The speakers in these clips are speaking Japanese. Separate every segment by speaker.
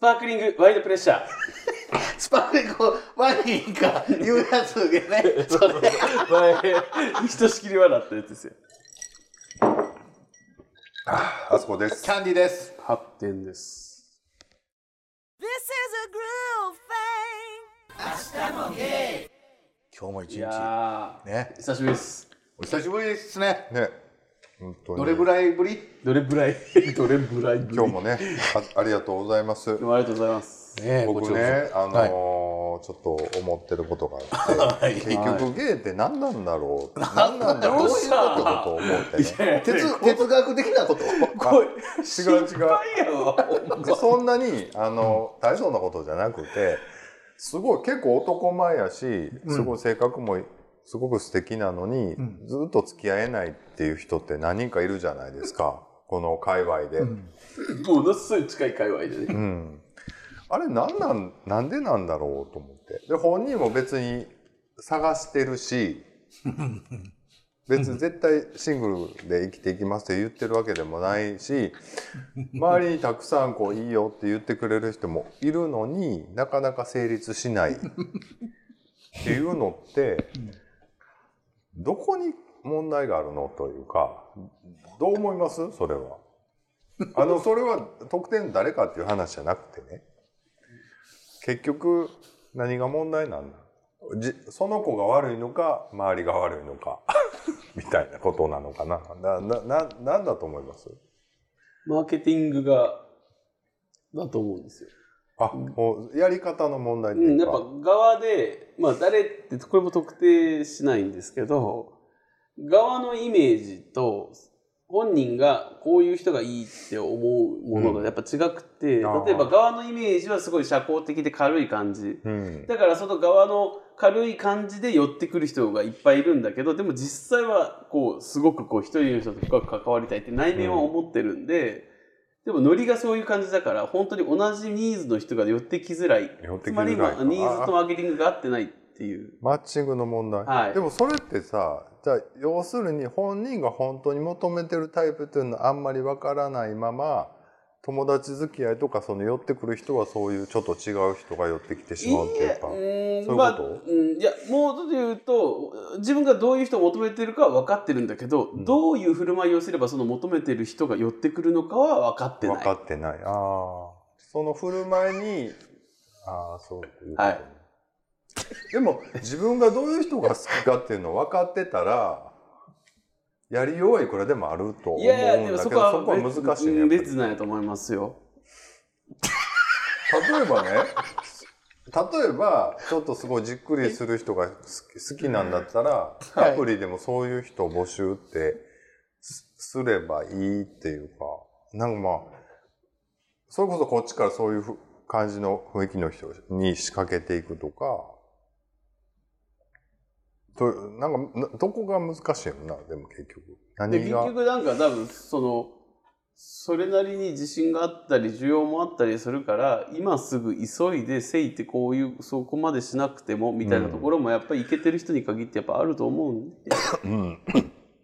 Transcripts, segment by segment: Speaker 1: パークリングワイドプレッシャー。
Speaker 2: スパークリングワインか言うやつでねそれ
Speaker 1: 前、ひとしきり笑ったやつですよ。
Speaker 3: あそこです
Speaker 2: キャンディーです
Speaker 1: 発展です。
Speaker 4: This is a groove thing.
Speaker 2: 今日も
Speaker 1: い
Speaker 2: 一日
Speaker 1: や
Speaker 2: ね
Speaker 1: ー、久しぶりです。
Speaker 2: お久しぶりですね
Speaker 3: ね本当に
Speaker 2: どれぐらいぶり
Speaker 1: どれぶらい、 どれぶらい。
Speaker 3: 今日もねああ りがとうございます
Speaker 1: どうもありがとうございます。
Speaker 2: ね
Speaker 3: 僕ねあのーちょっと思ってることがあって、結局芸って何なんだろ う何なんだろう
Speaker 1: どうした
Speaker 3: ってことを思ってね
Speaker 2: 哲哲学的なこと
Speaker 1: こい、
Speaker 3: 違う違う
Speaker 1: いやわ。
Speaker 3: そんなにあの大層なことじゃなくてすごい結構男前やしすごい性格もすごく素敵なのに、ずっと付き合えないっていう人って何人かいるじゃないですかこの界隈で、
Speaker 1: ものすごい近い界隈でね。
Speaker 3: うんあれなんなんなんでなんだろうと思ってで本人も別に探してるし別に絶対シングルで生きていきますって言ってるわけでもないし周りにたくさんこういいよって言ってくれる人もいるのになかなか成立しないっていうのってどこに問題があるのというかどう思いますそれは。あのそれは得点誰かっていう話じゃなくてね結局何が問題なんだじその子が悪いのか周りが悪いのか みたいなことなのかなななななんだと思います
Speaker 1: マーケティングが、だと思うんですよ。
Speaker 3: あもうやり方の問題って
Speaker 1: う
Speaker 3: い
Speaker 1: ん、
Speaker 3: う
Speaker 1: やっ
Speaker 3: か、
Speaker 1: ぱ側で、まあ誰って、これも特定しないんですけど、側のイメージと、本人がこういう人がいいって思うもの
Speaker 3: う
Speaker 1: が
Speaker 3: ん
Speaker 1: やっぱ違くて、
Speaker 3: あー
Speaker 1: 例えば側のイメージはすごい社交的で軽い感じ。
Speaker 3: うん
Speaker 1: だからその側の軽い感じで寄ってくる人がいっぱいいるんだけど、でも実際はこう、すごくこう一人の人と深く関わりたいって内面は思ってるんで、でもノリがそういう感じだから、本当に同じニーズの人が寄ってきづらい。
Speaker 3: 寄って
Speaker 1: つ
Speaker 3: き
Speaker 1: まり
Speaker 3: づ
Speaker 1: 今
Speaker 3: らいか
Speaker 1: ニーズと
Speaker 3: あ
Speaker 1: マーケティングが合ってないっていう。
Speaker 3: マッチングの問題、
Speaker 1: はい
Speaker 3: でもそれってさじゃあ要するに本人が本当に求めてるタイプっていうのはあんまりわからないまま友達付き合いとかその寄ってくる人はそういうちょっと違う人が寄ってきてしまうっていうか。
Speaker 1: いやうー
Speaker 3: そうい
Speaker 1: ん
Speaker 3: うこと
Speaker 1: まあうんいやもうちょっと言うと自分がどういう人を求めてるかは分かってるんだけど、
Speaker 3: ん
Speaker 1: どういう振る舞いをすればその求めてる人が寄ってくるのかは分かってない。
Speaker 3: 分かってないああその振る舞いにああそういうこと
Speaker 1: はい
Speaker 3: でも自分がどういう人が好きかっていうのを分かってたらやりようはいくらでもあると思うん
Speaker 1: い
Speaker 3: だ
Speaker 1: やいやで
Speaker 3: けど
Speaker 1: も
Speaker 3: そ
Speaker 1: そ
Speaker 3: こ
Speaker 1: こは
Speaker 3: は難しい
Speaker 1: 別
Speaker 3: ねやっぱり
Speaker 1: 別なんやと思いますよ。
Speaker 3: 例えばね例えばちょっとすごいじっくりする人が好き好きなんだったら、
Speaker 2: はい
Speaker 3: アプリでもそういう人を募集ってすすればいいっていうかなんかまあそれこそこっちからそういうふ感じの雰囲気の人に仕掛けていくとかとなんかなどこが難しいよなでも結局
Speaker 1: で
Speaker 3: 何
Speaker 1: 結
Speaker 3: が
Speaker 1: 局なんか多分そのそれなりに自信があったり需要もあったりするから今すぐ急いでせいってこういうそこまでしなくてもみたいなところもやっぱりいけてる人に限ってやっぱあると思うんで、
Speaker 3: うん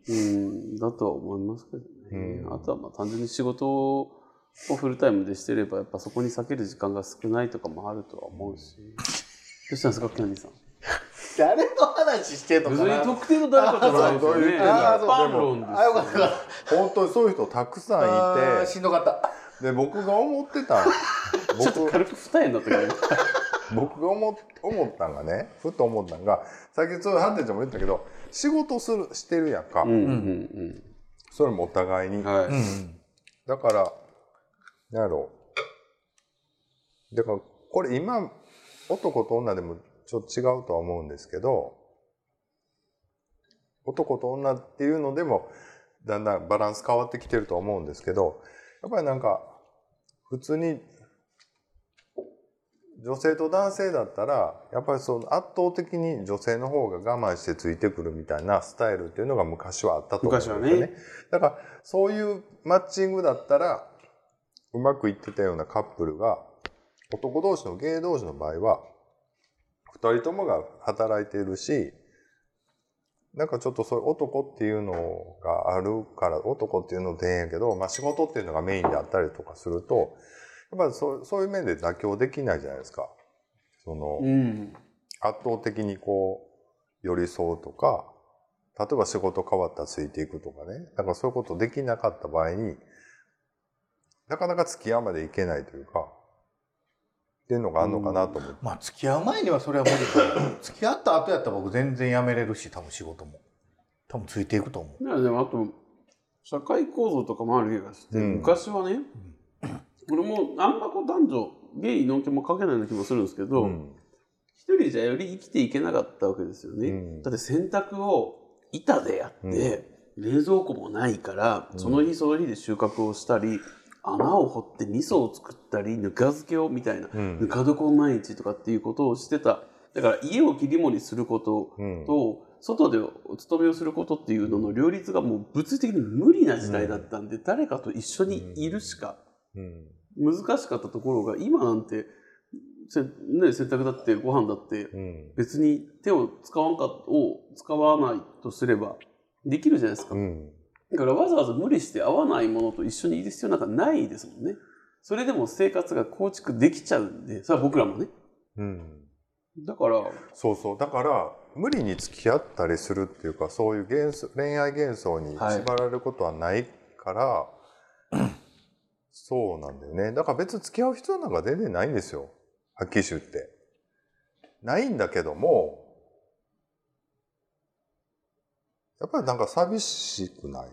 Speaker 1: うん、だとは思いますけどね、
Speaker 3: うん
Speaker 1: あとはまあ単純に仕事をフルタイムでしてればやっぱそこに避ける時間が少ないとかもあるとは思うし、どうしたんですかキャンディさん
Speaker 2: 誰の話してんの
Speaker 1: 別
Speaker 2: かな
Speaker 1: に特定の誰かじゃないですよね
Speaker 3: あそうそう言ってんだ
Speaker 1: 一般論です
Speaker 2: あよかったよかっ
Speaker 3: 本当にそういう人たくさ
Speaker 2: た
Speaker 3: ん
Speaker 2: あー
Speaker 3: い
Speaker 2: しんどかった
Speaker 3: てで僕が思って た
Speaker 1: ちょっと軽く二重になったけど
Speaker 3: 僕が思っ思ったんがねふと思ったんが最近そういうハンテちゃんも言ったけど仕事するしてるやんか、
Speaker 1: うんうん
Speaker 3: それもお互いに、
Speaker 1: うんはい、
Speaker 3: だからなんやろうだからこれ今男と女でもちょっと違うとは思うんですけど男と女っていうのでもだんだんバランス変わってきてるとは思うんですけどやっぱりなんか普通に女性と男性だったらやっぱりその圧倒的に女性の方が我慢してついてくるみたいなスタイルっていうのが昔はあったと思うんですよ
Speaker 1: 昔は
Speaker 3: ね。だからそういうマッチングだったらうまくいってたようなカップルが男同士の芸同士の場合は2人ともが働いてるしなんかちょっとそういう男っていうのがあるから男っていうのでええんやけど、まあ、仕事っていうのがメインであったりとかするとっぱりそうそういう面で妥協できないじゃないですか。その、
Speaker 1: うん。
Speaker 3: 圧倒的にこう寄り添うとか例えば仕事変わったらついていくとかねだからそういうことできなかった場合になかなか付き合うまでいけないというかっていうのがあるのかなと思って、
Speaker 2: まあ付き合う前にはそれは無理だけど付き合った後やったら僕全然辞めれるし多分仕事も多分ついていくと思う
Speaker 1: いやでもあと社会構造とかもある気がして、
Speaker 3: うん
Speaker 1: 昔はね、俺もあんまこう男女ゲイの気もかけないような気もするんですけど、
Speaker 3: うん
Speaker 1: 一人じゃより生きていけなかったわけですよね、
Speaker 3: うん
Speaker 1: だって洗濯を板でやって、冷蔵庫もないからその日その日で収穫をしたり、穴を掘って味噌を作ったりぬか漬けをみたいな、
Speaker 3: うん
Speaker 1: ぬか床を毎日とかっていうことをしてただから家を切り盛りすること
Speaker 3: うん
Speaker 1: と、外でお勤めをすることっていうのの両立がもう物理的に無理な時代だったんで、誰かと一緒にいるしか、
Speaker 3: うん
Speaker 1: 難しかったところが今なんてせ、ね、洗濯だってご飯だって
Speaker 3: うん
Speaker 1: 別に手を使わんかを使わないとすればできるじゃないですか、
Speaker 3: うん
Speaker 1: だからわざわざ無理して合わないものと一緒にいる必要なんかないですもんねそれでも生活が構築できちゃうんでそれは僕らもね
Speaker 3: うん
Speaker 1: だから
Speaker 3: そうそうだから無理に付き合ったりするっていうかそういう幻想恋愛幻想に
Speaker 1: はい
Speaker 3: 縛られることはないから、そうなんだよねだから別に付き合う必要なんか全然ないんですよはっきり言って。ないんだけどもやっぱりなんか寂しくない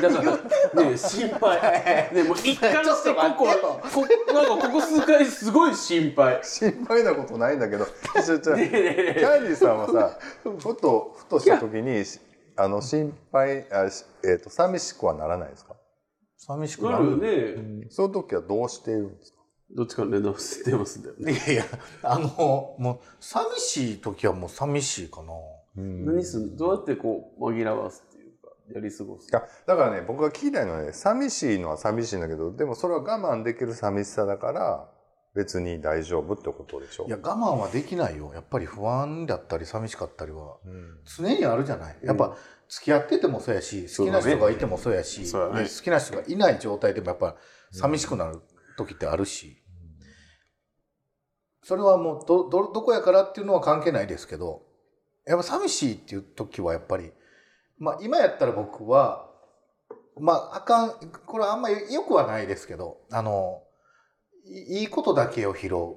Speaker 1: だから ね心配ねもう一貫してここ
Speaker 2: ちょっと待
Speaker 1: こなんかここ数回すごい心配
Speaker 3: 心配なことないんだ けどちょちょ
Speaker 1: ねえねえね
Speaker 3: キ
Speaker 1: え
Speaker 3: ャンディーさんはさ、ふと、ふとした時に、しあの、心配、あしえっ、と、寂しくはならないですか
Speaker 2: 寂しく
Speaker 1: な
Speaker 2: な
Speaker 1: る
Speaker 2: る
Speaker 1: よね
Speaker 3: その時はどうしているんですか
Speaker 1: どっちか連絡してますんだよね。
Speaker 2: いやいやあのもう寂しい時はもう寂しいかな
Speaker 1: 何すんどうやってこう紛らわすっていうかやり過ごす
Speaker 3: い。やだからね、僕が聞きたいのはね、寂しいのは寂しいんだけど、でもそれは我慢できる寂しさだから、別に大丈夫ってことでしょ
Speaker 2: いや我慢はできないよやっぱり不安だったり寂しかったりは
Speaker 3: うん
Speaker 2: 常にあるじゃないやっぱ付き合っててもそうやし好きな人がいてもそうやし、
Speaker 1: そうだね
Speaker 2: で好きな人がいない状態でもやっぱ寂しくなる時ってあるし、それはもうどどどこやからっていうのは関係ないですけどやっぱ寂しいっていう時はやっぱり、まあ、今やったら僕はまああかんこれあんまりよくはないですけどあのいいいことだけを拾う。も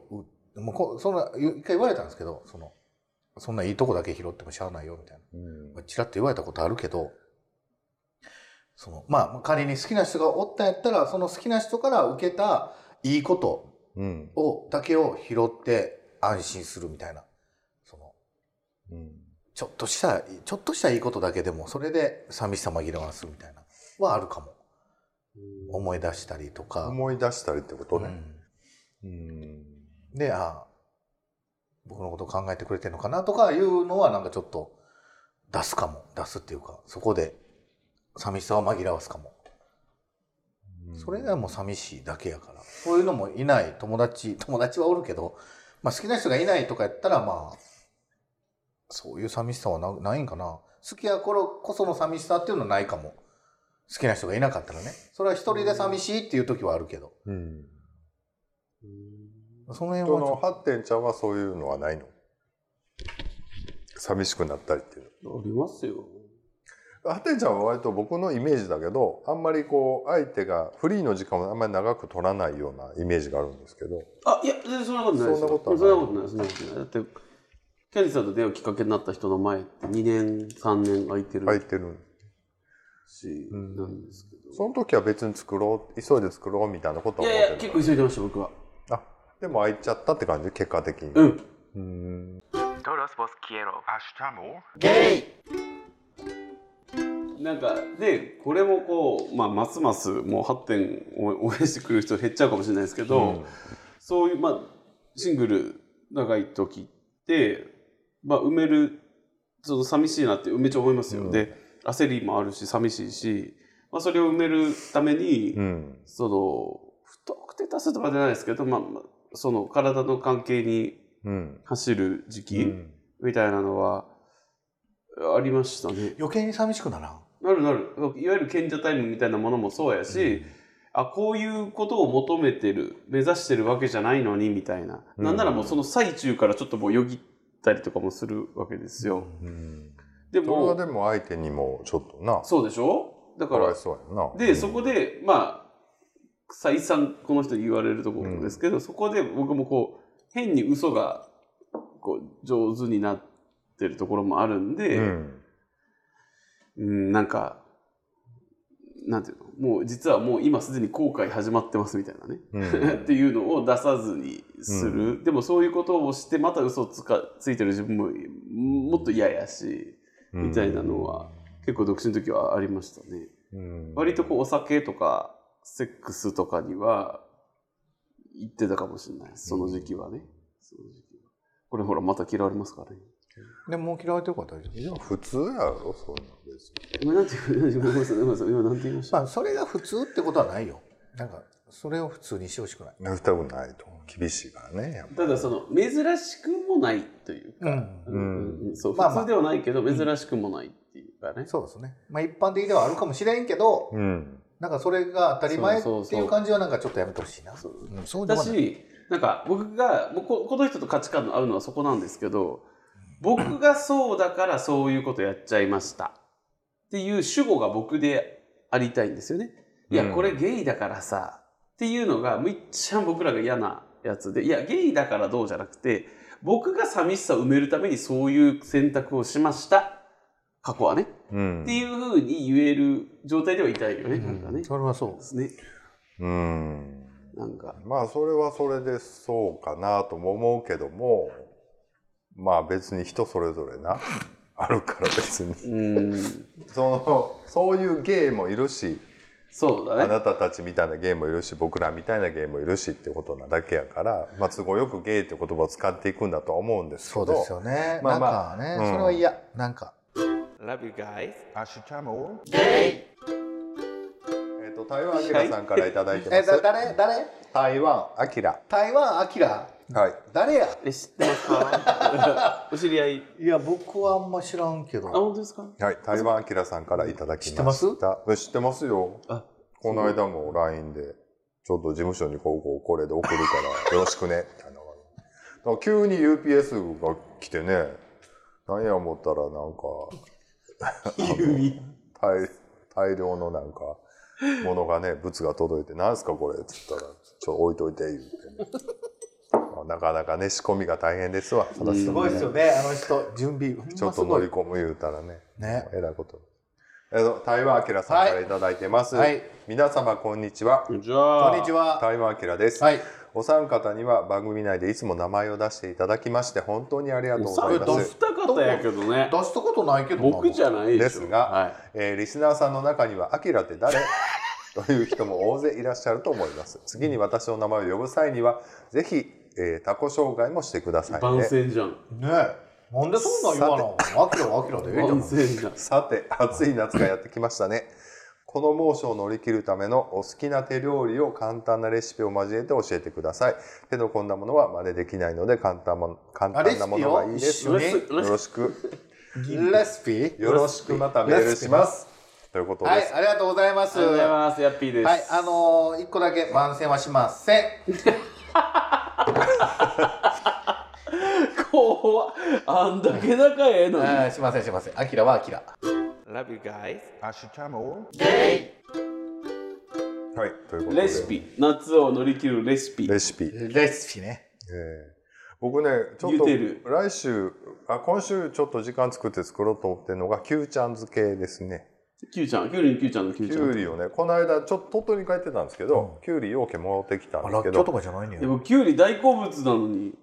Speaker 2: うこそんな一回言われたんですけどそのそんないいとこだけ拾ってもしゃあないよみたいな。
Speaker 3: うん
Speaker 2: まあちらっと言われたことあるけど、その、まあ、仮に好きな人がおったんやったら、その好きな人から受けたいいこと
Speaker 3: うん
Speaker 2: を、だけを拾って安心するみたいな。その、
Speaker 3: うん
Speaker 2: ちょっとした、ちょっとしたいいことだけでも、それで寂しさ紛らわすみたいな、はあるかも。思い出したりとか。
Speaker 3: 思い出したりってこと
Speaker 2: う
Speaker 3: ね。
Speaker 2: ん
Speaker 3: うん
Speaker 2: で、ああ僕のこと考えてくれてるのかなとかいうのはなんかちょっと出すかも。出すっていうか、そこで寂しさを紛らわすかも。それがもう寂しいだけやから。そういうのもいない友達、 友達はおるけど、まあ好きな人がいないとかやったらまあ、そういう寂しさはなないんかな。好きや頃こその寂しさっていうのはないかも。好きな人がいなかったらね。それは一人で寂しいっていう時はあるけど。
Speaker 3: うん
Speaker 2: その辺はち
Speaker 3: そ
Speaker 2: ょっ
Speaker 3: の
Speaker 2: と。
Speaker 3: 発展ちゃんはそういうのはないの寂しくなったりっていうの
Speaker 1: ありますよ。
Speaker 3: ハテンちゃんは割と僕のイメージだけどあんまりこう相手がフリーの時間をあんまり長く取らないようなイメージがあるんですけど
Speaker 1: あいや全然そんなことないですよ。
Speaker 3: そんなことはない
Speaker 1: そんなことないそんなことない。だってキャンディーさんと出会うきっかけになった人の前って2年3年空いて
Speaker 3: 空い
Speaker 1: る
Speaker 3: てる
Speaker 1: し、
Speaker 3: ん
Speaker 1: なんですけど。
Speaker 3: その時は別に作ろう急いで作ろうみたいなこと
Speaker 1: い
Speaker 3: は思
Speaker 1: やいや
Speaker 3: って
Speaker 1: 結
Speaker 3: る
Speaker 1: 構急いでました僕は。
Speaker 3: あでも空いちゃったって感じ結果的に、
Speaker 1: うん。なんかでこれもこう、まあ、ますますもう発展を応援してくれる人減っちゃうかもしれないですけど、
Speaker 3: うん
Speaker 1: そういう、まあ、シングル長い時って、まあ、埋めるちょっと寂しいなってめっちゃ思いますよ、
Speaker 3: うん
Speaker 1: で焦りもあるし寂しいし、まあ、それを埋めるために、
Speaker 3: うん
Speaker 1: その不特定多数とかじゃないですけど、まあ、まあその体の関係に
Speaker 3: うん
Speaker 1: 走る時
Speaker 3: う
Speaker 1: 期
Speaker 3: ん
Speaker 1: みたいなのはありましたね。
Speaker 2: 余計に寂しくならん。
Speaker 1: なるなるいわゆる賢者タイムみたいなものもそうやし、あこういうことを求めてる目指してるわけじゃないのにみたいな、
Speaker 3: うん
Speaker 1: なんならもうその最中からちょっともうよぎったりとかもするわけですよ、
Speaker 2: うん
Speaker 1: で
Speaker 3: それは
Speaker 1: も
Speaker 3: でも相手にもちょっとな
Speaker 1: そうでしょだ
Speaker 3: か
Speaker 1: か
Speaker 3: わい
Speaker 1: ら
Speaker 3: そうやんな
Speaker 1: でそこでまあ再三この人に言われるところですけど、そこで僕もこう変に嘘がこう上手になってるところもあるんで、
Speaker 3: うん
Speaker 1: うん、なんか、なんていうの、もう実はもう今すでに後悔始まってますみたいなね。
Speaker 3: う
Speaker 1: っていうのを出さずにする、でもそういうことをしてまた嘘つかついてる自分ももっと嫌やし
Speaker 3: ん
Speaker 1: みたいなのは結構独身の時はありましたね
Speaker 3: うん
Speaker 1: 割とこうお酒とかセックスとかには行ってたかもしれないその時期はね、その時期はこれほらまた嫌われますからね
Speaker 2: でももう嫌われてるから大丈夫
Speaker 3: いや普通やろそんなん別に
Speaker 1: 今なんて言いました今なんて言いました
Speaker 2: まあそれが普通ってことはないよなんかそれを普通にしてほしくない、
Speaker 3: やりたくないと厳しいからねやっぱ
Speaker 1: ただその珍しくもないというか、
Speaker 2: うん
Speaker 3: ん
Speaker 1: うんそう
Speaker 2: まあまあ
Speaker 1: 普通ではないけど珍しくもないっていうかね、
Speaker 2: そうですねまあ一般的ではあるかもしれんけど、
Speaker 3: うん
Speaker 2: なんかそれが当たり前って
Speaker 1: そうそう
Speaker 2: い
Speaker 1: そう
Speaker 2: う感じはなんかちょっとやめてほしいな
Speaker 1: そう
Speaker 2: うんそうで
Speaker 1: だ
Speaker 2: もない
Speaker 1: しなんか僕がもうここの人と価値観の合うのはそこなんですけど僕がそうだからそういうことやっちゃいましたっていう主語が僕でありたいんですよね。いや
Speaker 3: うん
Speaker 1: これゲイだからさっていうのがむっちゃ僕らが嫌なやつでいやゲイだからどうじゃなくて僕が寂しさを埋めるためにそういう選択をしました過去はね。
Speaker 3: うん
Speaker 1: っていうふうに言える状態ではいたいよね、なんかね。
Speaker 2: それはそう
Speaker 1: ですね。
Speaker 3: うん
Speaker 1: なんか。
Speaker 3: まあそれはそれでそうかなとも思うけどもまあ別に人それぞれな あるから別に
Speaker 1: うん。
Speaker 3: そのそういうゲイもいるし
Speaker 1: そう
Speaker 3: あ
Speaker 1: だね。
Speaker 3: なたたちみたいなゲイもいるし僕らみたいなゲイもいるしってことなだけやから、まあ、都合よくゲイって言葉を使っていくんだとは思うんですけ
Speaker 2: そ
Speaker 3: ど
Speaker 2: うですよね、
Speaker 3: まあま
Speaker 2: な
Speaker 3: あ
Speaker 2: んかね、
Speaker 3: う
Speaker 2: そ
Speaker 3: ん
Speaker 2: れは嫌なんか
Speaker 1: Love you guys.
Speaker 3: えっと台湾あきらさんからいただいてま
Speaker 2: え
Speaker 3: す
Speaker 2: だ誰誰
Speaker 3: 台湾あきら
Speaker 2: 台湾アキラ
Speaker 3: はい
Speaker 2: 誰や
Speaker 1: え、知ってますかお知り合い。
Speaker 2: いや僕はあんま知らんけ
Speaker 1: あ、
Speaker 2: ど
Speaker 1: 本当ですか
Speaker 3: はい、台湾あきらさんからいただきました。
Speaker 2: 知ってます
Speaker 3: え知ってますよ。
Speaker 1: あ
Speaker 3: この間も LINE で、ちょっと事務所にこうこうこれで送る からよろしくね、みたいなのが。だから急に UPS が来てね、なんや思ったらなんか、
Speaker 1: 指。
Speaker 3: 大 大量のなんか、ものがね、物が届いて、なんすかこれっつったら、ちょ、置いといて、言って、ね。 まあなかなかね、仕込みが大変ですわ。ただ
Speaker 1: うん
Speaker 2: すごいですよねあの人準備ほんますごい
Speaker 3: ちょっと乗り込む言うたらね。
Speaker 2: ね
Speaker 3: えらいこと。えっと、台湾明さんからいただいてます。
Speaker 2: はいはい
Speaker 3: 皆様こんにちは。
Speaker 1: じゃあ。
Speaker 2: こんにち
Speaker 1: は。
Speaker 2: は
Speaker 3: 台湾明です、
Speaker 2: はい
Speaker 3: お三方には番組内でいつも名前を出していただきまして本当にありがとうご
Speaker 1: さ
Speaker 3: ざい
Speaker 1: ん
Speaker 3: ま
Speaker 1: 出
Speaker 3: す
Speaker 1: したかったやけどね
Speaker 2: 出。したことないけどな
Speaker 1: 僕じゃないで
Speaker 3: で
Speaker 1: しょ
Speaker 3: すが、
Speaker 1: は
Speaker 3: えーリスナーさんの中には「アキラって誰? 」 という人も大勢いらっしゃると思います次に私の名前を呼ぶ際にはぜひ、えー、他己紹介もしてくださ
Speaker 1: い。
Speaker 3: い
Speaker 1: 番
Speaker 3: ね
Speaker 1: 宣じゃん。
Speaker 2: ねなんでそんなん言わなあきらはアキラでええじゃ
Speaker 1: 番
Speaker 2: ん
Speaker 1: 宣じゃん。
Speaker 3: さて暑い夏がやってきましたねこの猛暑を乗り切るためのお好きな手料理を簡単なレシピを交えて教えてください手の込んだものは真似できないので簡単も簡単なものがいいです
Speaker 2: あ
Speaker 3: よ
Speaker 2: レ
Speaker 1: レ
Speaker 2: シ
Speaker 1: ス
Speaker 2: ピ
Speaker 1: レ
Speaker 3: ろしく
Speaker 2: レシピ
Speaker 3: よろしくまたメールしますということ
Speaker 2: は
Speaker 3: で
Speaker 2: い
Speaker 3: す、
Speaker 2: ありがとうございます
Speaker 1: ありがとうございます。ヤッピーです。
Speaker 2: はい、あのー、一個だけ番宣はしません。
Speaker 1: 怖っあんだけ仲ええのに。
Speaker 2: あーしません、しません。アキラはアキラ。
Speaker 1: Love you guys.
Speaker 3: はいということで
Speaker 1: レシピ。夏を乗り切るレシピ。
Speaker 3: レシピ、え
Speaker 2: レシピね。
Speaker 3: ー僕ねちょ
Speaker 1: 言うてる
Speaker 3: っと来週あ今週ちょっと時間作って作ろうと思ってるのがキューちゃん漬けですね
Speaker 1: キューちゃん。キュウリのキューちゃんのキュー
Speaker 3: キ
Speaker 1: ちゃん
Speaker 3: ュウ。リをねこの間ちょっと鳥取に帰ってたんですけど、キュウリようけ戻ってきたんですけど
Speaker 2: かじゃないね
Speaker 1: でもキュウリ大好物なのに。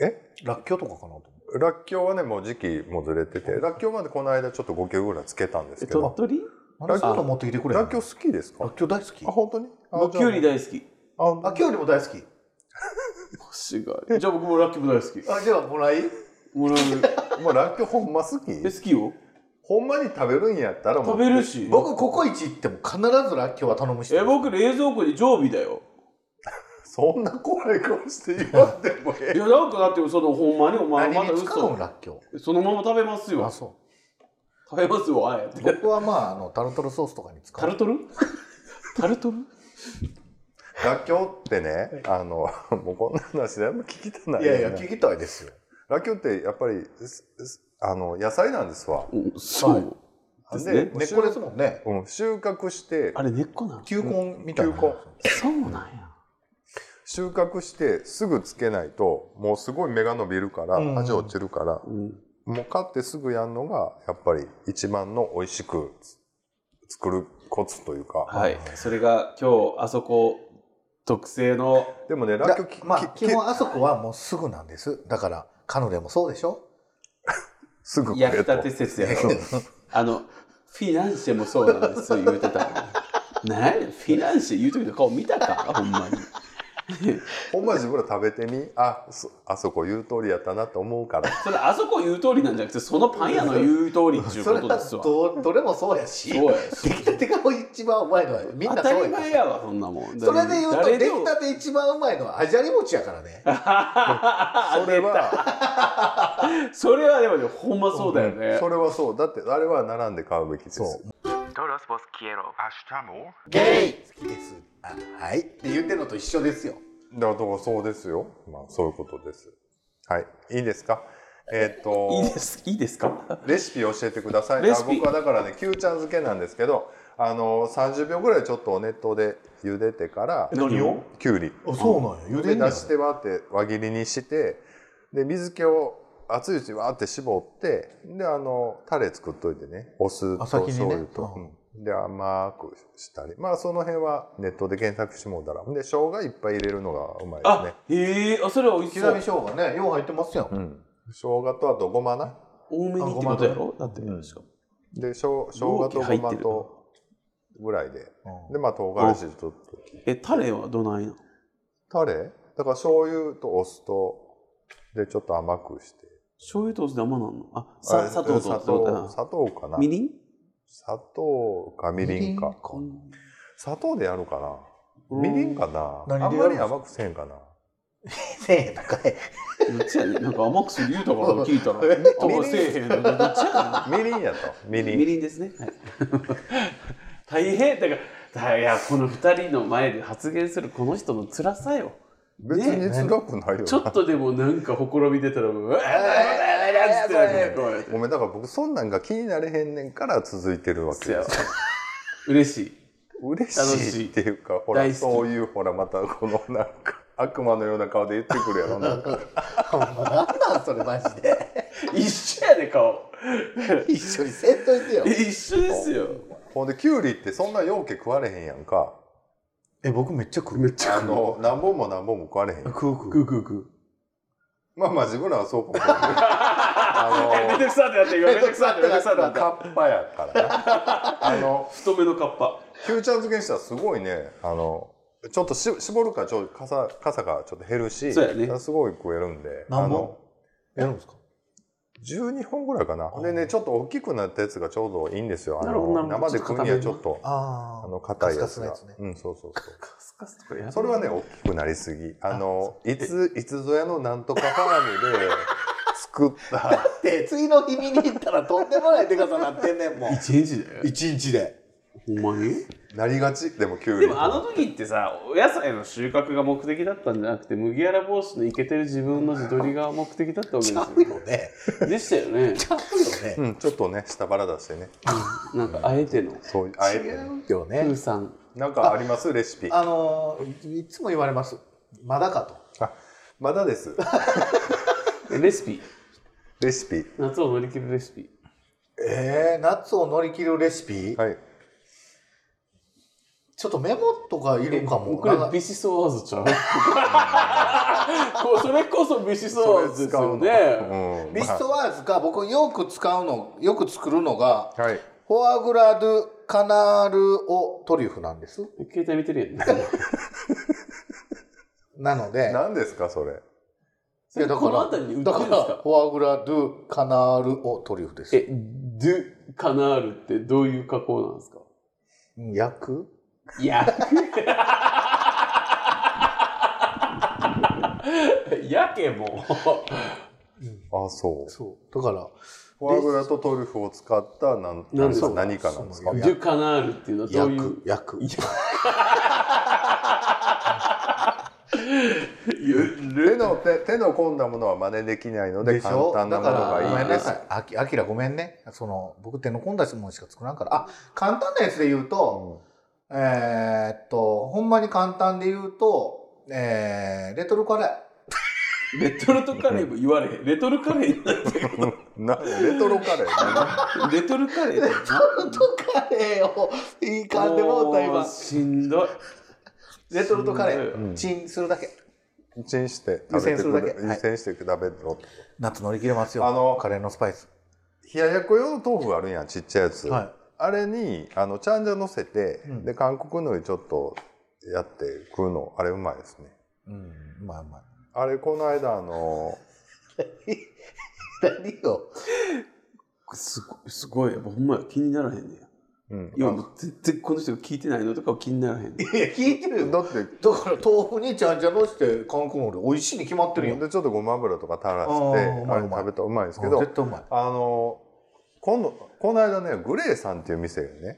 Speaker 3: え
Speaker 2: らっきょうとかかなと思
Speaker 3: らっきょうはねもう時期もずれててらっきょうまでこの間ちょっと5キロぐらいつけたんです
Speaker 1: え
Speaker 3: けど
Speaker 1: 鳥取
Speaker 2: う。なんでそんなの持ってきてくれへん
Speaker 3: ら
Speaker 2: の
Speaker 3: っきょう好きです
Speaker 2: ら
Speaker 3: か
Speaker 2: っきょう大好き
Speaker 3: あ。本当にあ
Speaker 1: 僕キュウリ大好き。
Speaker 3: あ
Speaker 2: あ、きょうよりも大好き。
Speaker 1: 星が。じゃあ僕もラッキーも大好き。
Speaker 2: あ、じゃあもらい
Speaker 1: もらう。
Speaker 3: もうらっきょうほんま好き
Speaker 1: え、好きよ。
Speaker 3: ほんまに食べるんやったらもう
Speaker 1: 食べるし。
Speaker 2: 僕、ココイチ行っても必ずらっきょうは頼むし。
Speaker 1: え、僕冷蔵庫に常備だよ。
Speaker 3: そんな怖い顔して言わん でもえ
Speaker 1: いや、なんかだって、その、ほんまにお前ま
Speaker 2: 何
Speaker 1: た
Speaker 2: に使う
Speaker 1: 嘘
Speaker 2: ん。らっきょ
Speaker 1: そのまま食べます
Speaker 2: う。
Speaker 1: よ
Speaker 2: あ、。そ
Speaker 1: 食べますよ、あえ
Speaker 2: う。
Speaker 1: て。
Speaker 2: 僕はまあ、あの、タルタルソースとかに 使
Speaker 1: タ
Speaker 2: う
Speaker 1: ル。トルタルトル
Speaker 3: らっきょうってね、あの、もうこんな話全部聞きたない
Speaker 2: い
Speaker 3: よ
Speaker 2: やいや、
Speaker 3: ね。
Speaker 2: 聞きたいですよ。
Speaker 3: らっきょうってやっぱり、すすあの、野菜なんですわ。
Speaker 1: うんそう。ですね
Speaker 3: で
Speaker 2: 根っこですもんね。
Speaker 3: うん、収穫して
Speaker 1: あれ根っこなの
Speaker 2: 球根みたいな。
Speaker 3: 球根
Speaker 1: そうなんや。
Speaker 3: 収穫してすぐつけないともうすごい芽が伸びるから
Speaker 2: うん
Speaker 3: 味落ちるから、
Speaker 1: うん。
Speaker 3: もう買ってすぐやんのがやっぱり一番の美味しく作るコツというか、
Speaker 1: はい。それが今日あそこ特製の
Speaker 3: でもねラ
Speaker 2: だ
Speaker 3: ッキョウき、
Speaker 2: まあ、
Speaker 3: き
Speaker 2: 基本あそこはもうすぐなんです。だから、カヌレもそうでしょ
Speaker 3: すぐ
Speaker 1: 焼きた
Speaker 3: と
Speaker 1: て説やろ。あの、フィナンシェもそうなんですよ、言うて たの。ねフィナンシェ言う時の顔見たかほんまに。
Speaker 3: ほんま自分ら食べてみあそあそこ言う通りやったなと思うから
Speaker 1: それあそこ言う通りなんじゃなくて、そのパン屋の言う通りっていう
Speaker 2: それ
Speaker 1: こと
Speaker 2: は
Speaker 1: ですわ。
Speaker 2: どどれもそうやし、
Speaker 1: そうや
Speaker 2: 出来たてが一番うまいのは、みん
Speaker 1: 当
Speaker 2: な
Speaker 1: た
Speaker 2: そう
Speaker 1: り
Speaker 2: やから
Speaker 1: 前やわ、そんなもん。
Speaker 2: それで言うと、
Speaker 1: 誰
Speaker 2: 出
Speaker 1: で
Speaker 2: 来
Speaker 1: も
Speaker 2: たて一番うまいのは、アジャリ餅やからね。
Speaker 3: それは
Speaker 1: それはでもね、ほんまそうだよね。
Speaker 3: それはそうだってあれは並んで買うべきです
Speaker 2: そう好きです。あはい。って言ってんのと一緒ですよ。
Speaker 3: だからそうですよまあそういうことですはいいいですかえーっ と
Speaker 1: いいです、いいですか
Speaker 3: レシピ教えてください。
Speaker 1: レ
Speaker 3: あ
Speaker 1: シピ
Speaker 3: 僕はだからね、キューちゃん漬けなんですけど、あの30秒ぐらいちょっと熱湯で茹でてから、
Speaker 1: 何を
Speaker 3: きゅうり
Speaker 2: あ、そうなんや。茹
Speaker 3: で出し
Speaker 2: して
Speaker 3: てわーって輪切りにして、で水気を熱いうちにわーって絞って、であのタレ作っといてね、お酢と
Speaker 2: あ先にね
Speaker 3: 醤油と、
Speaker 2: うん
Speaker 3: うんで甘くしたり、まあその辺はネットで検索してもうたら、で生姜いっぱい入れるのがうまいですね
Speaker 1: あ。、ええー、あ、それは美味しそ
Speaker 2: 刻み
Speaker 1: う。
Speaker 2: 生姜ね、よう入ってます やん。
Speaker 3: うん、生姜とあとごまな。
Speaker 1: 多めにってことやろだって。しかも
Speaker 3: でしょう生姜と
Speaker 1: 容器入って
Speaker 3: ごま
Speaker 1: る
Speaker 3: とぐらいで
Speaker 2: うん
Speaker 3: でまあ唐辛子ちょっと
Speaker 1: え、タレはどないなの
Speaker 3: タレだから醤油とお酢とでちょっと甘くして
Speaker 1: 醤油とお酢で甘なんのあ、
Speaker 3: あ
Speaker 1: さ
Speaker 3: れ
Speaker 1: 砂糖と
Speaker 3: 砂
Speaker 1: ってことや
Speaker 3: 糖
Speaker 1: な
Speaker 3: 砂糖かな
Speaker 1: みりん
Speaker 3: 砂糖かみりんか砂糖でやるかなみりんかなあ
Speaker 2: 何
Speaker 3: ん
Speaker 2: で
Speaker 3: ま
Speaker 2: やるんで
Speaker 3: り
Speaker 2: すか
Speaker 3: 甘くせんかな
Speaker 2: せえ高い。
Speaker 1: どっちやねんなんか甘くする言うたから聞いたら
Speaker 2: え
Speaker 1: あんませえへんのどっちや
Speaker 3: みりんやとみ
Speaker 1: ねん
Speaker 3: りん
Speaker 1: みりんですねはい 大変だからいやこの二人の前で発言するこの人の辛さよ
Speaker 3: 別に辛くないよ
Speaker 1: ちょ
Speaker 3: な
Speaker 1: っとでもなんかほころび出たらうわーっつってなるねこうやって
Speaker 3: ごめんだから僕そんなんが気になれへんねんから続いてるわけ
Speaker 1: せや
Speaker 3: で
Speaker 1: わ
Speaker 3: す
Speaker 1: 嬉しい
Speaker 3: 嬉しいっていうかほ
Speaker 1: 大
Speaker 3: ら
Speaker 1: 好き
Speaker 3: そういうほらまたこのなんか悪魔のような顔で言ってくる やろなんか
Speaker 2: なんなんそれマジで。
Speaker 1: 一緒やで顔
Speaker 2: 一緒にせんといてよ。
Speaker 1: 一緒ですよ
Speaker 3: ほんできゅうりってそんな容器食われへんやんか
Speaker 2: え、僕めっちゃ食う。めっち
Speaker 3: あの何本も何本も食われへん
Speaker 2: 食う食う。食う食う。
Speaker 3: まあまあ自分らはそうかもしれない
Speaker 1: えめん
Speaker 3: あ
Speaker 1: どくさってなって今めんどくさってめんどくさってな
Speaker 3: の
Speaker 1: った
Speaker 3: カッパやからな あの
Speaker 1: 太めのカッパ
Speaker 3: きゅうちゃん漬けにしたらすごいねあのちょっとし絞るからちょっと傘傘がちょっと減るし
Speaker 1: そうやね
Speaker 3: すごい食えるんで
Speaker 2: 何
Speaker 3: あ
Speaker 2: 本
Speaker 3: の
Speaker 2: やるんですか
Speaker 3: 12本ぐらいかなほんでねちょっと大きくなったやつがちょうどいいんですよあ
Speaker 1: なるほどな
Speaker 3: の
Speaker 1: るほど
Speaker 3: 生で食うにはちょっと
Speaker 2: あ
Speaker 3: あ
Speaker 2: あ
Speaker 3: の硬いやつが
Speaker 2: カスカスのやつね
Speaker 3: うんそうそうそう
Speaker 1: カスカスとかや
Speaker 3: それはね、大きくなりすぎ。あの、いつ、いつぞやのなんとかファームで作った。
Speaker 2: で、次の日見に行ったらとんでもないデカさなってんねん、もう。
Speaker 1: 一日だよ
Speaker 2: 一日で。
Speaker 1: ほんまに
Speaker 3: なりがち。でも、きゅうり。
Speaker 1: でもあの時ってさお野菜の収穫が目的だったんじゃなくて麦わら帽子のイケてる自分の自撮りが目的だったわけです
Speaker 2: ちゃ
Speaker 1: よ
Speaker 2: うよね。
Speaker 1: でしたよね
Speaker 2: ちゃうよね。
Speaker 3: うん、ちょっとね、下腹出してね。
Speaker 1: なんかあえての
Speaker 3: そういう、あえてね。
Speaker 2: 違うよね。
Speaker 1: 風さん
Speaker 3: なんかありますレシピ。
Speaker 2: あのー、いつも言われます。まだかと。
Speaker 3: あ、まだです。
Speaker 1: レシピ
Speaker 3: レシピ。
Speaker 1: 夏を乗り切るレシピ
Speaker 2: えー、夏を乗り切るレシピ、
Speaker 3: はい。
Speaker 2: ちょっとメモとかいるかも。
Speaker 1: これ
Speaker 2: なんか
Speaker 1: ビシソワーズちゃう こうそれこそビシソワーズですよね
Speaker 3: のうん。
Speaker 2: ビス
Speaker 3: ま
Speaker 2: トワーズか、僕よく使うの、よく作るのが、
Speaker 3: あはい。
Speaker 2: フォアグラ・ドゥ・カナール・オ・トリュフなんです。
Speaker 1: 携帯見てるやん、ね、
Speaker 2: なので、
Speaker 3: 何ですか、それ。
Speaker 1: それ
Speaker 2: いやだ
Speaker 1: この辺りに売ってる
Speaker 2: だか
Speaker 1: んです
Speaker 2: ら、
Speaker 1: か
Speaker 2: フォアグラ・ドゥ・カナール・オ・トリュフです。
Speaker 1: えドゥカナールってどういう加工なんですか
Speaker 2: 焼く
Speaker 1: いや。やけも
Speaker 3: あ、そう。
Speaker 2: そう。だから、
Speaker 3: フォアグラとトリュフを使った、なん、
Speaker 1: なん
Speaker 3: 何
Speaker 1: です
Speaker 3: か、何かなんですか
Speaker 1: う。。デュカナールっていうのはどう
Speaker 2: 焼
Speaker 1: い
Speaker 2: く
Speaker 1: う。。
Speaker 2: 焼く。
Speaker 1: ゆ
Speaker 3: 手
Speaker 1: る
Speaker 3: の手手の込んだものは真似できないので
Speaker 2: し
Speaker 3: 簡
Speaker 2: ょ
Speaker 3: 単なもの
Speaker 2: だから
Speaker 3: がいい
Speaker 2: ごめん
Speaker 3: で
Speaker 2: な
Speaker 3: す
Speaker 2: さい。あき、あきらごめんね。その、僕手の込んだものしか作らんから。あ、簡単なやつで言うと、えーっと、ほんまに簡単で言うと、えー、レトルカレー。
Speaker 1: レトルトカレーも言われへん。レトルカレーになってる
Speaker 3: うんなレトロカレー
Speaker 1: レトルカレーって
Speaker 2: レトルトカレーを、いい感でもう
Speaker 1: お
Speaker 2: た今
Speaker 1: ー。しんどい。
Speaker 2: レトルトカレ
Speaker 1: し
Speaker 2: ー。
Speaker 1: んどい
Speaker 3: ね
Speaker 2: チンするだけ。
Speaker 3: うんチンして食べて
Speaker 2: 湯
Speaker 3: く
Speaker 2: 煎する
Speaker 3: れ
Speaker 2: だけはい
Speaker 3: 湯煎して食べろって
Speaker 2: 夏乗り切れますよ。
Speaker 3: あの
Speaker 2: カレーのスパイス。
Speaker 3: 冷ややっこ用の豆腐あるやんちっちゃいやつ、
Speaker 2: は
Speaker 3: あれにあのちゃんじゃ乗せて、
Speaker 2: うん
Speaker 3: で韓国のりちょっとやって食うのあれうまいですね
Speaker 2: い。うん、まあまあ。
Speaker 3: あれこの間あの
Speaker 2: 何よ。
Speaker 1: すごい、すごい。ほんまや気にならへんねや。
Speaker 3: うん
Speaker 1: いや、もう全然この人が聞いてないのとかは気にならへんね
Speaker 2: いや、聞いてるよ。
Speaker 3: だって
Speaker 2: だから豆腐にちゃんちゃんのして韓国のり美味しいに決まってるよ。
Speaker 3: でちょっとごま油とか垂ら
Speaker 2: あ
Speaker 3: して
Speaker 2: ーうま
Speaker 3: あ
Speaker 2: いう
Speaker 3: れ
Speaker 2: まい
Speaker 3: 食べたらうまいですけ
Speaker 2: あ
Speaker 3: ど
Speaker 2: 絶対うまい。
Speaker 3: あの今度この間ねグレーさんっていう店がね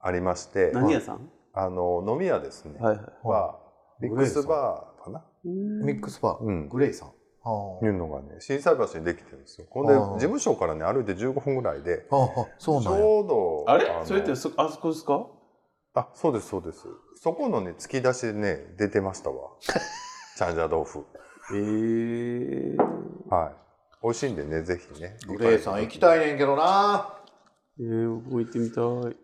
Speaker 3: ありまして
Speaker 1: 何屋さん
Speaker 3: あの飲み屋ですね、
Speaker 1: はいは。
Speaker 3: はミックスバーかない
Speaker 2: ミックスバー、
Speaker 3: うん
Speaker 2: グレイさん。ああ
Speaker 3: いうのがね心斎橋にできてるんですよほんで
Speaker 2: あー
Speaker 3: 事務所からね歩いて15分ぐらいで
Speaker 2: ああ、そう
Speaker 3: ち
Speaker 2: なんや。
Speaker 3: ょうど
Speaker 1: あれ
Speaker 3: の
Speaker 1: それってそあそこですか
Speaker 3: あそうですそうですそこのね突き出しでね出てまし たわちゃんじゃ豆腐
Speaker 1: ええー。
Speaker 3: はい美味しいんでねぜひね
Speaker 2: グレイさん行きたいねんけどな。
Speaker 1: えー、僕も行ってみたい。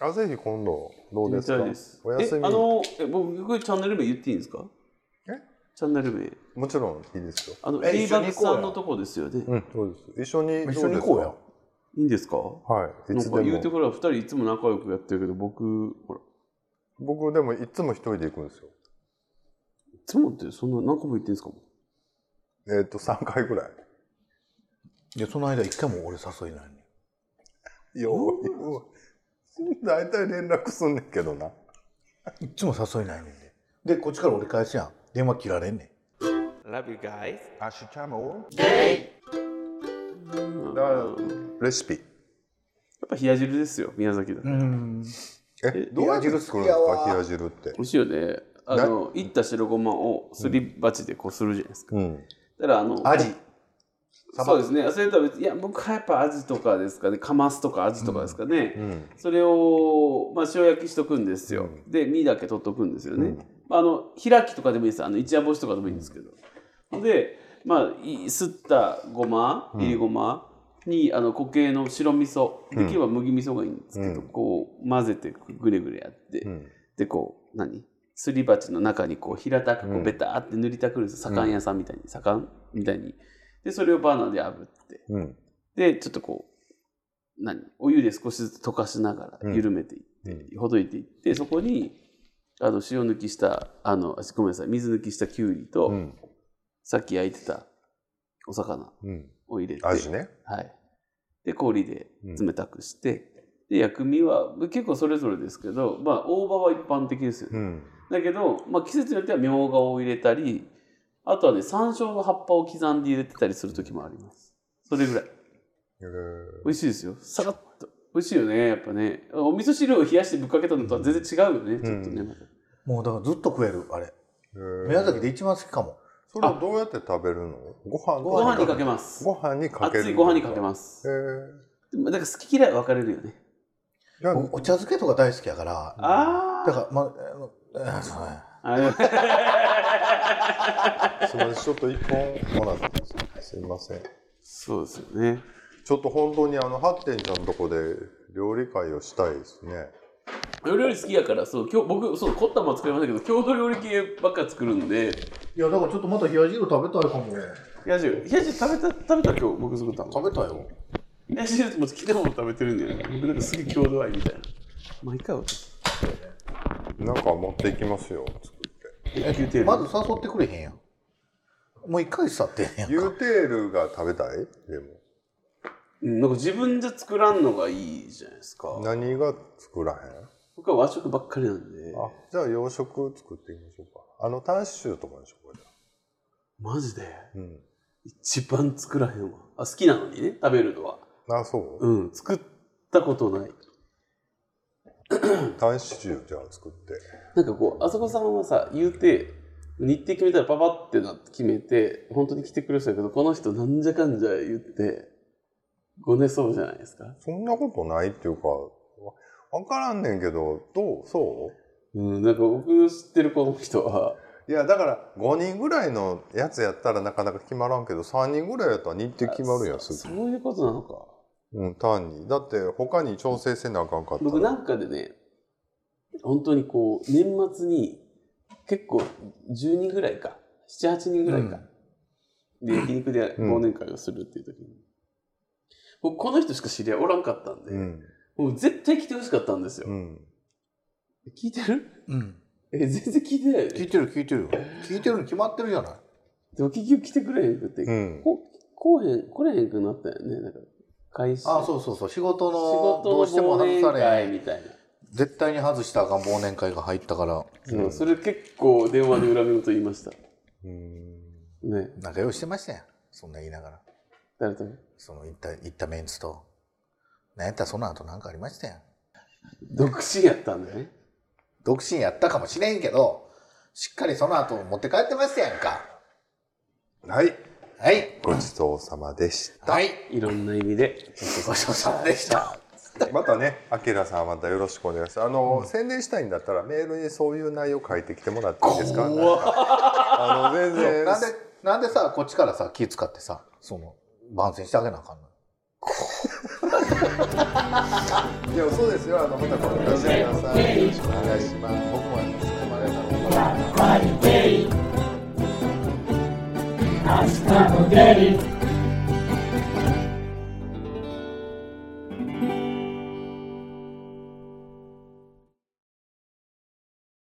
Speaker 3: あぜひ今度ど
Speaker 1: 行
Speaker 3: うで
Speaker 1: ってみ
Speaker 3: すか
Speaker 1: たいです。
Speaker 3: お休み
Speaker 1: え、あの、え僕、これチャンネル名言っていいんですか
Speaker 3: え
Speaker 1: チャンネル名。
Speaker 3: もちろんいいですよ
Speaker 1: あの、
Speaker 2: え
Speaker 1: A バック
Speaker 2: 一緒に行こう
Speaker 1: さ
Speaker 2: よ
Speaker 1: んのとこですよね。
Speaker 3: うんそうです一緒に
Speaker 2: 一緒に行こうよ。
Speaker 1: いいんですか
Speaker 3: どうですかはいい
Speaker 1: な
Speaker 3: つ
Speaker 1: んか言うて
Speaker 3: でも
Speaker 1: ほら、二人いつも仲良くやってるけど、僕、ほら、
Speaker 3: 僕でもいつも一人で行くんですよ
Speaker 1: いつもってそんな何個も言ってんですかも
Speaker 3: えっ、と3回ぐら
Speaker 2: いや、その間一回も俺誘いないね。
Speaker 3: いよう大体連絡すんねんけどない
Speaker 2: っつも誘いないねんで。で、こっちから折り返しやん。電話切られんねん。
Speaker 1: Love you guys.
Speaker 3: アシュチャモ
Speaker 1: だ
Speaker 3: から
Speaker 1: やっ
Speaker 3: レシピ
Speaker 1: ぱ冷や汁ですよ、宮崎だ。
Speaker 2: うーん。
Speaker 3: えどうやって作
Speaker 2: 冷や汁好
Speaker 3: るんです
Speaker 2: きや
Speaker 3: か
Speaker 2: わ
Speaker 3: 冷や汁って
Speaker 1: 美味しいよね。あの、いった白ごまをすり鉢でこうするじゃないですか。
Speaker 3: うん
Speaker 1: だから、あの、
Speaker 2: アジ。サバ
Speaker 1: そうですね。それとは別にいや、僕はやっぱアジとかですかね、カマスとかアジとかですかね。
Speaker 3: うん
Speaker 1: それを、まあ、塩焼きしとくんですよ、で身だけ取っとくんですよね、まあ、あの開きとかでもいいですあの一夜干しとかでもいいんですけど、でまあいすったごまいりごまに、あの固形の白味噌できれば麦味噌がいいんですけど、
Speaker 3: うん
Speaker 1: こう混ぜてぐれぐれやって、
Speaker 3: うん
Speaker 1: でこう何すり鉢の中にこう平たくこ
Speaker 3: う
Speaker 1: うんベターって塗りたくるんですよ、左官屋さんみたいに左官みたいにでそれをバーナーで炙って
Speaker 3: うん
Speaker 1: で、ちょっとこう、何お湯で少しずつ溶かしなが
Speaker 3: う
Speaker 1: ら
Speaker 3: ん
Speaker 1: 緩めていって、ほどいていって、そこに、あの、塩抜きした、あの、あごめんなさい、水抜きしたきゅうりと、
Speaker 3: うん
Speaker 1: さっき焼いてたお魚
Speaker 3: うん
Speaker 1: を入れて、
Speaker 3: 味ね
Speaker 1: はい。で、氷で
Speaker 3: うん
Speaker 1: 冷たくして、で、薬味は結構それぞれですけど、まあ、大葉は一般的ですよね。
Speaker 3: うん
Speaker 1: だけど、まあ、季節によってはみょうがを入れたり、あとはね、山椒の葉っぱを刻んで入れてたりする時もあります。それぐらい。
Speaker 3: えー
Speaker 1: 美味しいですよさらっと美味しいよねやっぱねお味噌汁を冷やしてぶっかけたのとは全然違うよね、ちょっとねまた
Speaker 2: もうだからずっと食える、あれ。
Speaker 3: えー
Speaker 2: 宮崎で一番好きかも。
Speaker 3: それをどうやって食べるのご飯と
Speaker 1: ご飯にかけます
Speaker 3: ご飯にかける
Speaker 1: 熱いご飯にかけま
Speaker 3: え
Speaker 1: す
Speaker 3: ー
Speaker 1: だから好き嫌い分かれるよね
Speaker 3: じゃあ
Speaker 2: 僕お茶漬けとか大好きやから。
Speaker 1: あ
Speaker 2: だから、まあ、えーえーそうね
Speaker 1: あー
Speaker 3: すみません、ちょっと一本もらってます。すみません。
Speaker 1: そうですよね
Speaker 3: ちょっと本当にあのハッテンちゃんのとこで料理会をしたいですね。
Speaker 1: お料理好きやからそう今日僕そう凝ったもん作りましたけど郷土料理系ばっか作るんで
Speaker 2: いや、だからちょっとまた冷や汁食べたいかも。
Speaker 1: 冷や汁冷や汁食べた食べた今日僕作ったの
Speaker 2: 食べたよ。
Speaker 1: 冷や汁ってもう好きなもの食べてるんだよね僕なんかすげえ郷土愛みたいな毎回私
Speaker 3: なんか持っていきますよ。作って。
Speaker 1: 野球テール
Speaker 2: まず誘ってくれへんやん。もう一回さってんやん
Speaker 3: ユー
Speaker 2: か。
Speaker 3: テールが食べたい？で
Speaker 1: うんなんか自分じゃ作らんのがいいじゃないですか
Speaker 3: も何が作らへん？
Speaker 1: 僕は和食ばっかりなんで
Speaker 3: あ、じゃあ洋食作ってみましょうか。あのタンシューとかでしょうか
Speaker 1: マジで
Speaker 3: じ
Speaker 1: 一
Speaker 3: ゃ
Speaker 1: 番作らへんわあ好きなのにね食べるのは
Speaker 3: あ。うん。あ、そう。
Speaker 1: うん作ったことない
Speaker 3: タンシューじゃあ作って。
Speaker 1: なんかこうあそこさんはさ言うて日程決めたらパパってなって決めて、本当に来てくれそうやけど、この人なんじゃかんじゃ言って、ごねそうじゃないですか。
Speaker 3: そんなことないっていうか、わからんねんけど、どうそう
Speaker 1: うん、なんか僕知ってるこの人は、
Speaker 3: いやだから5人ぐらいのやつやったらなかなか決まらんけど3人ぐらいやったら日程決まるやん
Speaker 1: そ
Speaker 3: す
Speaker 1: そういうことなのか。
Speaker 3: ぐ、うん、単にだって他に調整せなあかんかった
Speaker 1: 僕
Speaker 3: ら
Speaker 1: なんかでね、本当にこう、年末に結構10人ぐらいか、7、8人ぐらいか、で焼肉で
Speaker 3: うん
Speaker 1: 忘年会をするっていう時に、僕この人しか知り合いおらんかったんで、
Speaker 3: うん
Speaker 1: もう絶対来てほしかったんですよ。
Speaker 3: うん
Speaker 1: 聞いてる
Speaker 2: うん。
Speaker 1: え、全然聞いてないよ
Speaker 2: 聞い
Speaker 1: ね。
Speaker 2: てる聞いてるよ。聞いてるに決まってるじゃない。
Speaker 1: でも結局来てくれへんくて、
Speaker 3: うん
Speaker 1: ここうへん、来れへんくなったよね。なんか会社
Speaker 2: ああ、そうそうそう。仕事
Speaker 1: 仕
Speaker 2: の
Speaker 1: 事
Speaker 2: どうしても
Speaker 1: の忘
Speaker 2: 外
Speaker 1: 年
Speaker 2: され
Speaker 1: 会
Speaker 2: ん。
Speaker 1: みたいな。
Speaker 2: 絶対に外したらあかん忘年会が入ったから、
Speaker 1: そうそれ結構電話で裏目と言いました。
Speaker 3: うん
Speaker 1: ね、
Speaker 2: 仲良くしてましたやん。そんな言いながら。
Speaker 1: 誰とも。
Speaker 2: その行った、行ったメンツと。なんやったらその後なんかありましたやん。
Speaker 1: 独身やったんだね。
Speaker 2: 独身やったかもしれんけど、しっかりその後持って帰ってましたやんか。
Speaker 3: はい
Speaker 2: はい。
Speaker 3: ごちそうさまでし
Speaker 2: はい。
Speaker 1: いろんな意味で。
Speaker 2: ごちそうさまでした。
Speaker 3: たまたねあきらさんまたよろしくお願いしますあの、宣伝したいんだったらメールにそういう内容書いてきてもらっていいですかなんかあの全然
Speaker 2: なんで、なんでさ、こっちからさ、気使ってさ、その、番宣してあげなあかんの
Speaker 3: いやそうですよあのまたこの話皆さんよろしくお願いします僕もあのすねまれたのかな
Speaker 5: Hasta Modelli.